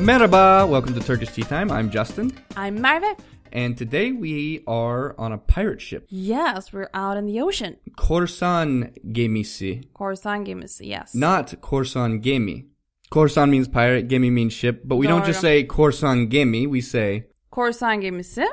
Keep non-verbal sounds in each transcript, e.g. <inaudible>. Merhaba, welcome to Turkish Tea Time. I'm Justin, I'm Marve. and today we are on a pirate ship, Yes, we're out in the ocean. Korsan Gemisi. Korsan gemisi, yes. Not Korsan Gemi. Korsan means pirate, Gemi means ship, but we don't just Doğru. say Korsan Gemi, we say Korsan gemisi.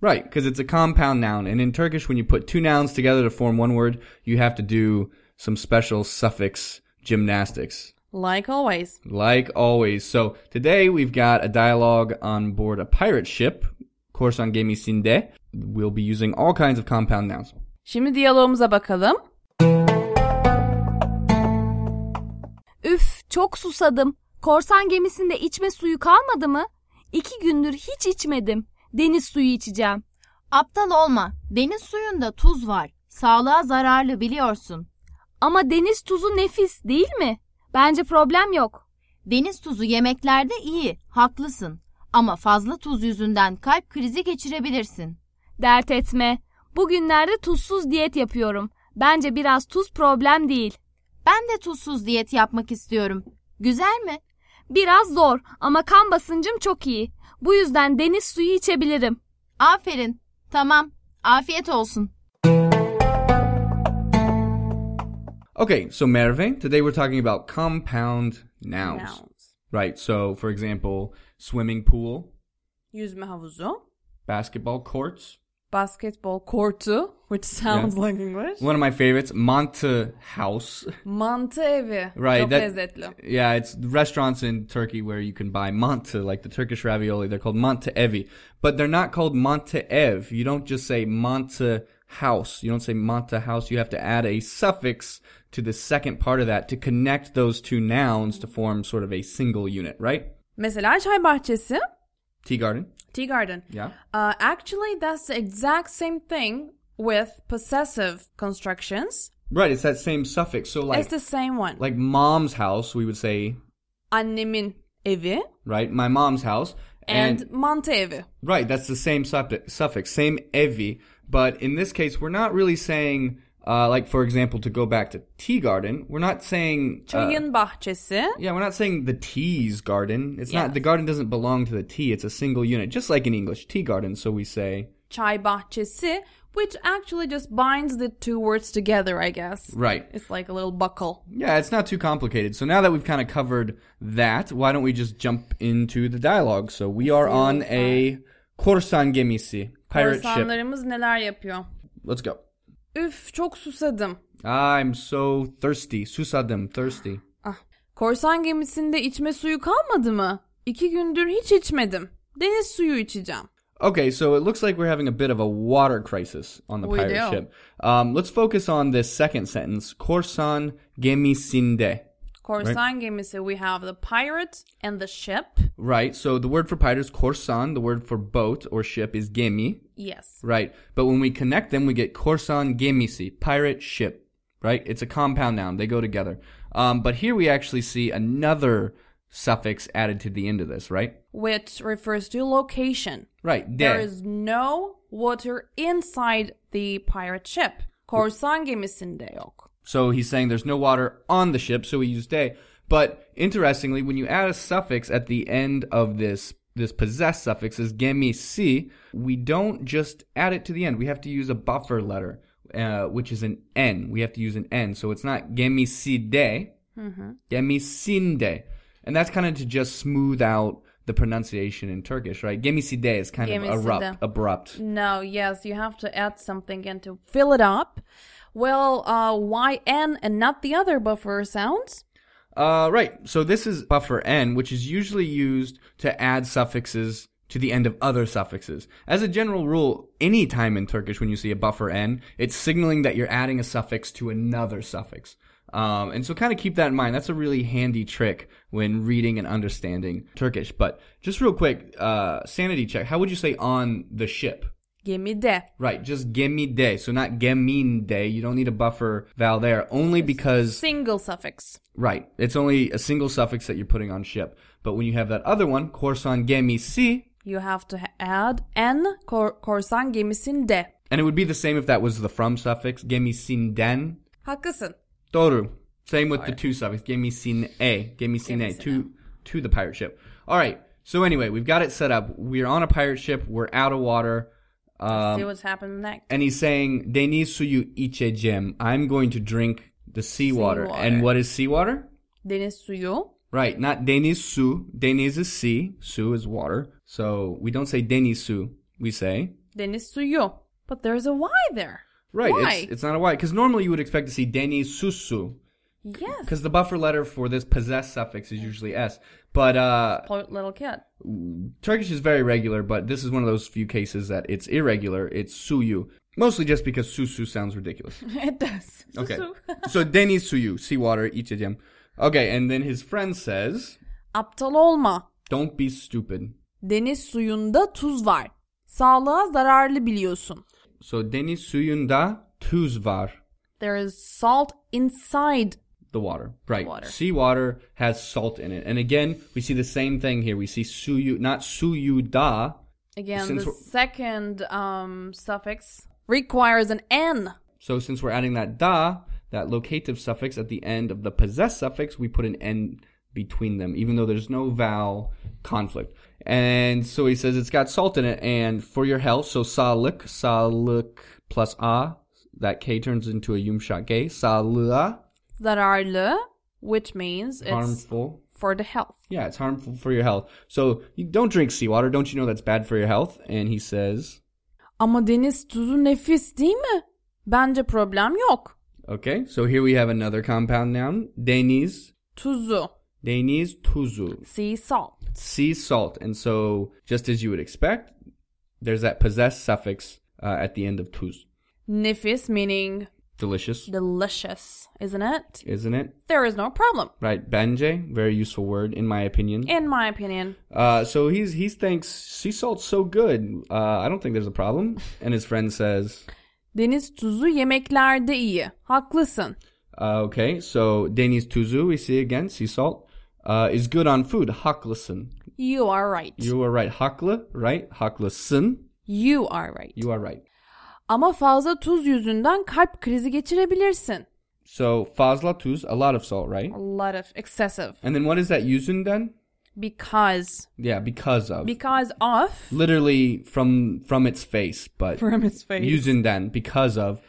Right, because it's a compound noun, and in Turkish, when you put two nouns together to form one word, you have to do some special suffix gymnastics. Like always. Like always. So today we've got a dialogue on board a pirate ship, Korsan Gemi Sinde. We'll be using all kinds of compound nouns. Şimdi diyalogumuza bakalım. Üf, çok susadım. Korsan gemisinde içme suyu kalmadı mı? İki gündür hiç içmedim. Deniz suyu içeceğim. Aptal olma. Deniz suyunda tuz var. Sağlığa zararlı biliyorsun. Ama deniz tuzu nefis değil mi? Bence problem yok. Deniz tuzu yemeklerde iyi. Haklısın. Ama fazla tuz yüzünden kalp krizi geçirebilirsin. Dert etme. Bugünlerde tuzsuz diyet yapıyorum. Bence biraz tuz problem değil. Ben de tuzsuz diyet yapmak istiyorum. Güzel mi? Biraz zor ama kan basıncım çok iyi. Bu yüzden deniz suyu içebilirim. Aferin. Tamam. Afiyet olsun. Okay, so Merve, today we're talking about compound nouns. Nouns. Right, so for example, swimming pool, Yüzme havuzu. basketball courts. Basketbol kortu, which sounds like English. One of my favorites, Monte House. Mantı evi. Right. Çok that- lezzetli. Yeah, it's restaurants in Turkey where you can buy manta, like the Turkish ravioli. They're called manta evi, but they're not called manta ev. You don't just say manta house. You don't say manta house. You have to add a suffix to the second part of that to connect those two nouns to form sort of a single unit, right? Mesela çay bahçesi. Tea garden. Tea garden. Yeah. Uh, actually, that's the exact same thing with possessive constructions. Right. It's that same suffix. So like, It's the same one. like mom's house, we would say, Annemin evi right? My mom's house. and, mantı evi. Right, that's the same suffix, suffix same evi, but in this case, we're not really saying, uh, like for example, to go back to tea garden, we're not saying, uh, Çayın bahçesi. yeah, we're not saying the tea's garden. It's Yeah. not the garden doesn't belong to the tea; it's a single unit, just like in English, tea garden. So we say, çay bahçesi, which actually just binds the two words together, I guess. right, It's like a little buckle. yeah, it's not too complicated. So now that we've kind of covered that, why don't we just jump into the dialogue? So we are on a korsan gemisi, pirate ship. Korsanlarımız neler yapıyor? Let's go. Üf çok susadım. I'm so thirsty, susadım, thirsty. Ah. Korsan gemisinde içme suyu kalmadı mı? İki gündür hiç içmedim. Deniz suyu içeceğim. Okay, so it looks like we're having a bit of a water crisis on the We pirate do. ship. Um, let's focus on this second sentence. Korsan gemisinde. Korsan gemisi we have the pirate and the ship. Right, so the word for pirate is korsan. The word for boat or ship is gemi. Yes. Right, but when we connect them, we get korsan gemisi, pirate ship. Right, it's a compound noun. They go together. Um, but here we actually see another suffix added to the end of this, right? Which refers to location. Right, de. There is no water inside the pirate ship. Korsan gemisinde yok. So he's saying there's no water on the ship, so we use day. But interestingly, when you add a suffix at the end of this this possessed suffix is gemisi, we don't just add it to the end. We have to use a buffer letter, uh, which is an n. We have to use an n. So it's not gemiside, gemisinde, and that's kind of to just smooth out the pronunciation in Turkish, right? Gemiside is kind of Gemiside. abrupt, abrupt. No, yes, you have to add something and to fill it up. Well, uh, why N and not the other buffer sounds? Uh, right. So this is buffer n, which is usually used to add suffixes to the end of other suffixes. As a general rule, any time in Turkish when you see a buffer n, it's signaling that you're adding a suffix to another suffix. Um, and so kind of keep that in mind. That's a really handy trick when reading and understanding Turkish. But just real quick, uh, sanity check. How would you say on the ship? Gemide. Right, just gemi de. So not gemin de. You don't need a buffer vowel there, only because Single suffix. Right. It's only a single suffix that you're putting on ship. But when you have that other one, korsan gemisi, You have to ha- add N, kor- korsan gemisinde. and it would be the same if that was the from suffix, gemisinden. Haklısın. Toru. Same with the E, to suffix, gemisine, gemisine, Gemisine. to, to the pirate ship. All right. So anyway, we've got it set up. We're on a pirate ship. We're out of water. See Um, what's happening next. and he's saying, "Deniz suyu içeceğim." I'm going to drink the seawater. Seawater. And what is seawater? Deniz suyu. Right, not deniz su. Deniz is sea. Su is water. So we don't say deniz su. We say Deniz suyu. But there's a Y there. right. Why? It's, it's not a Y because normally you would expect to see deniz susu Yes. because the buffer letter for this possess suffix is usually s. But uh, Poor little kid. Turkish is very regular, but this is one of those few cases that it's irregular. It's suyu, mostly just because susu sounds ridiculous. <laughs> it does. Okay. Susu. so deniz suyu, seawater, içeceğim. Okay, and then his friend says, <laughs> Aptal olma. "Don't be stupid." Deniz suyunda tuz var. Sağlığa zararlı biliyorsun. So deniz suyunda tuz var. There is salt inside. The water, right? Water. Seawater has salt in it, and again, we see the same thing here. We see suyu, not suyu da. Again, Since the we're- second um, suffix requires an N. So since we're adding that da, that locative suffix at the end of the possess suffix, we put an n between them, even though there's no vowel conflict. And so he says it's got salt in it, and for your health, so salik, salik plus a, that k turns into a yumshat gay, salua, Zararlı, which means it's harmful. for the health. Yeah, it's harmful for your health. So you don't drink seawater, don't you know that's bad for your health? And he says, Ama deniz tuzu nefis değil mi? Bence problem yok. okay, so here we have another compound noun, deniz, Tuzu. deniz tuzu. Sea salt. sea salt. And so, just as you would expect, there's that possess suffix uh, at the end of tuz. Nefis meaning Delicious, delicious, isn't it? isn't it? There is no problem, Right, banje, very useful word in my opinion. in my opinion. Uh, so he's he thinks sea salt's so good. Uh, I don't think there's a problem. And his friend says, Deniz tuzu yemeklerde iyi. Haklısın. uh, okay, so deniz tuzu we see again sea salt uh, is good on food. Haklısın, You are right. You, you are right. Haklı, right? Haklısın, are right. you are right. Ama fazla tuz yüzünden kalp krizi geçirebilirsin. So fazla tuz, a lot of salt, right? A lot of excessive. And then what is that using then? Because. Yeah, because of. Because of. Literally from from its face, but From its face. using then because of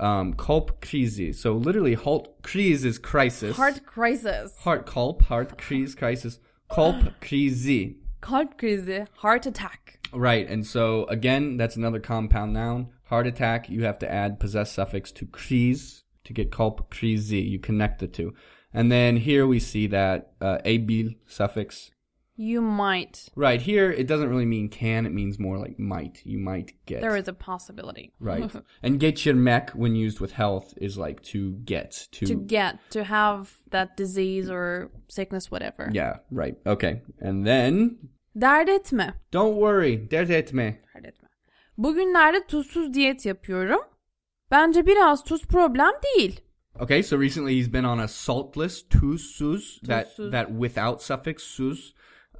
um kulp krizi. So literally halt kriz is crisis. Heart crisis. heart kulp, heart kriz crisis. <gasps> Kulp krizi. Kalp krizi. Heart attack. Right, and so again, that's another compound noun. Heart attack, you have to add possess suffix to kriz to get kulp krizi. You connect the two. And then here we see that uh, abil suffix You might. Right here, it doesn't really mean can. It means more like might. You might get. There is a possibility. <laughs> right. and get your mech when used with health is like to get to. to get to have that disease or sickness whatever. yeah. Right. Okay. And then Dert etme. don't worry. Dert etme. Dert etme. Bugünlerde tuzsuz diyet yapıyorum. Bence biraz tuz problem değil. Okay. So recently he's been on a saltless two sus that Tuzsuz. that without suffix sus.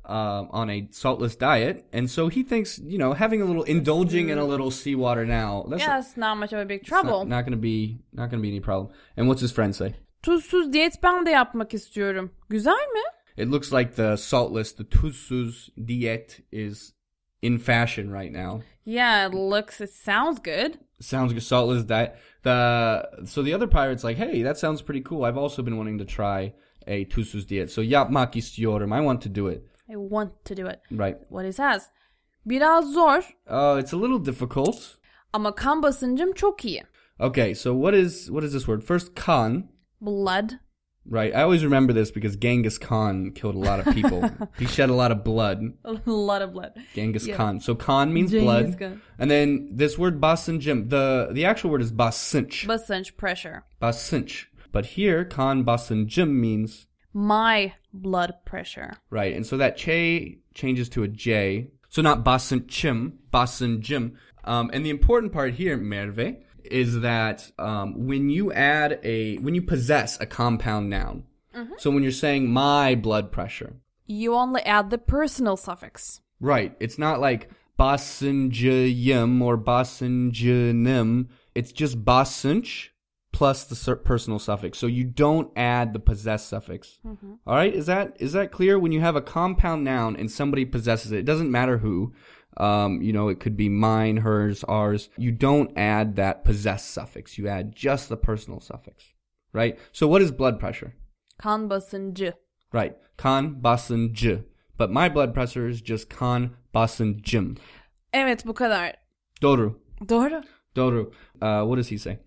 Um, on a saltless diet, and so he thinks, you know, having a little indulging in a little seawater now, that's Yeah, it's not much of a big not, trouble. not gonna be not gonna be any problem. And what's his friend say? Tuzsuz diyet ben de yapmak istiyorum. Güzel mi? It looks like the saltless, the tuzsuz diet is in fashion right now. Yeah, it looks, it sounds good. Sounds good, saltless diet. The so the other pirate's like, hey, that sounds pretty cool. I've also been wanting to try a tuzsuz diet. So yapmak istiyorum. I want to do it. I want to do it. Right. What it says. Biraz zor Oh, it's a little difficult. ama kan basıncım çok iyi. Okay, so what is what is this word? First, Khan. Blood. <laughs> Right. I always remember this because Genghis Khan killed a lot of <laughs> people. he shed a lot of blood. A lot of blood. Genghis Yeah. Khan. So Khan means Genghis blood. Khan. And then this word basinjim, the the actual word is basinch. Basınç pressure. basinch. But here Khan basinjim means My blood pressure. right. And so that che changes to a j. So not basinchim, basinjim. Um, and the important part here, merve, is that um, when you add a when you possess a compound noun. So when you're saying my blood pressure, You only add the personal suffix. Right. It's not like basinjim or basinjinim. It's just basinch plus the ser- personal suffix. So you don't add the possess suffix. All right, is that is that clear? When you have a compound noun and somebody possesses it, it doesn't matter who. Um, you know, it could be mine, hers, ours. You don't add that possess suffix. You add just the personal suffix, right? So what is blood pressure? Kan basıncı. Right, kan basın j. But my blood pressure is just kan basın jim. Evet bu kadar. Doğru, Doğru. doğru. Uh, what does he say?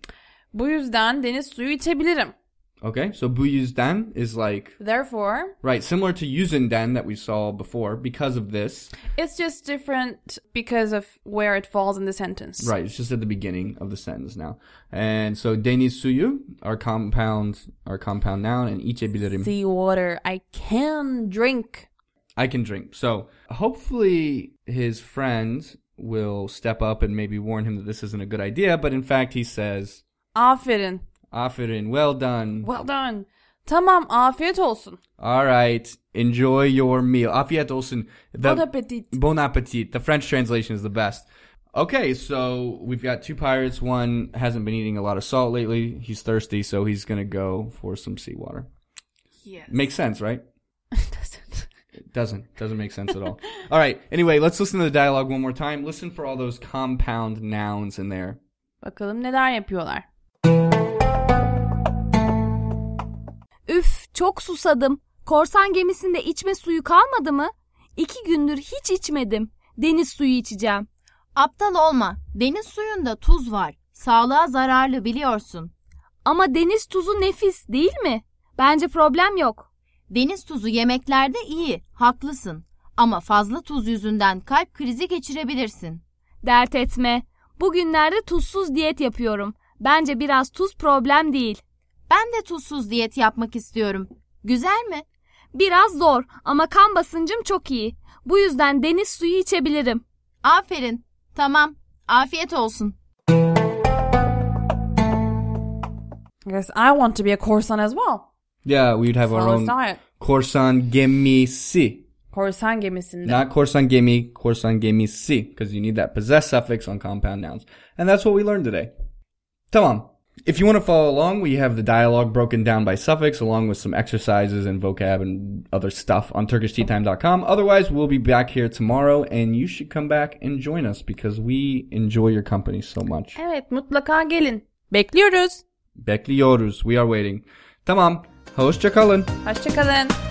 Bu yüzden deniz suyu içebilirim. Okay, so bu yüzden is like Therefore, Right, similar to Yuzindan that we saw before because of this. it's just different because of where it falls in the sentence. Right, it's just at the beginning of the sentence now. And so denisuyu, our compound our compound noun, and ichebilirim, Sea water. I can drink. I can drink. So hopefully his friends will step up and maybe warn him that this isn't a good idea, but in fact he says, Aferin. Aferin, well done. Well done. Tamam afiyet olsun. All right, enjoy your meal. Afiyet olsun. The- Bon appetit. <laughs> Bon appetit. The French translation is the best. Okay, so we've got two pirates. One hasn't been eating a lot of salt lately. He's thirsty, so he's gonna go for some seawater. Yes. Makes sense, right? Doesn't. It doesn't. Doesn't make sense at all. <laughs> all right. Anyway, let's listen to the dialogue one more time. Listen for all those compound nouns in there. Bakalım neler yapıyorlar. Üf çok susadım. Korsan gemisinde içme suyu kalmadı mı? İki gündür hiç içmedim. Deniz suyu içeceğim. Aptal olma. Deniz suyunda tuz var. Sağlığa zararlı biliyorsun. Ama deniz tuzu nefis değil mi? Bence problem yok. Deniz tuzu yemeklerde iyi. Haklısın. Ama fazla tuz yüzünden kalp krizi geçirebilirsin. Dert etme. Bugünlerde tuzsuz diyet yapıyorum. Bence biraz tuz problem değil. Ben de tuzsuz diyet yapmak istiyorum. Güzel mi? Biraz zor ama kan basıncım çok iyi. Bu yüzden deniz suyu içebilirim. Aferin. Tamam. Afiyet olsun. Yes, I want to be a corsan as well. Yeah, we'd have our Flawless own diet. Korsan gemisi. Korsan gemisinde. Not korsan gemi, korsan gemisi, because you need that possess suffix on compound nouns. And that's what we learned today. Tamam. If you want to follow along, we have the dialogue broken down by suffix along with some exercises and vocab and other stuff on turkishteatime.com. Otherwise, we'll be back here tomorrow and you should come back and join us because we enjoy your company so much. Evet mutlaka gelin. Bekliyoruz. Bekliyoruz. We are waiting. Tamam. Hoşça kalın. Hoşçakalın.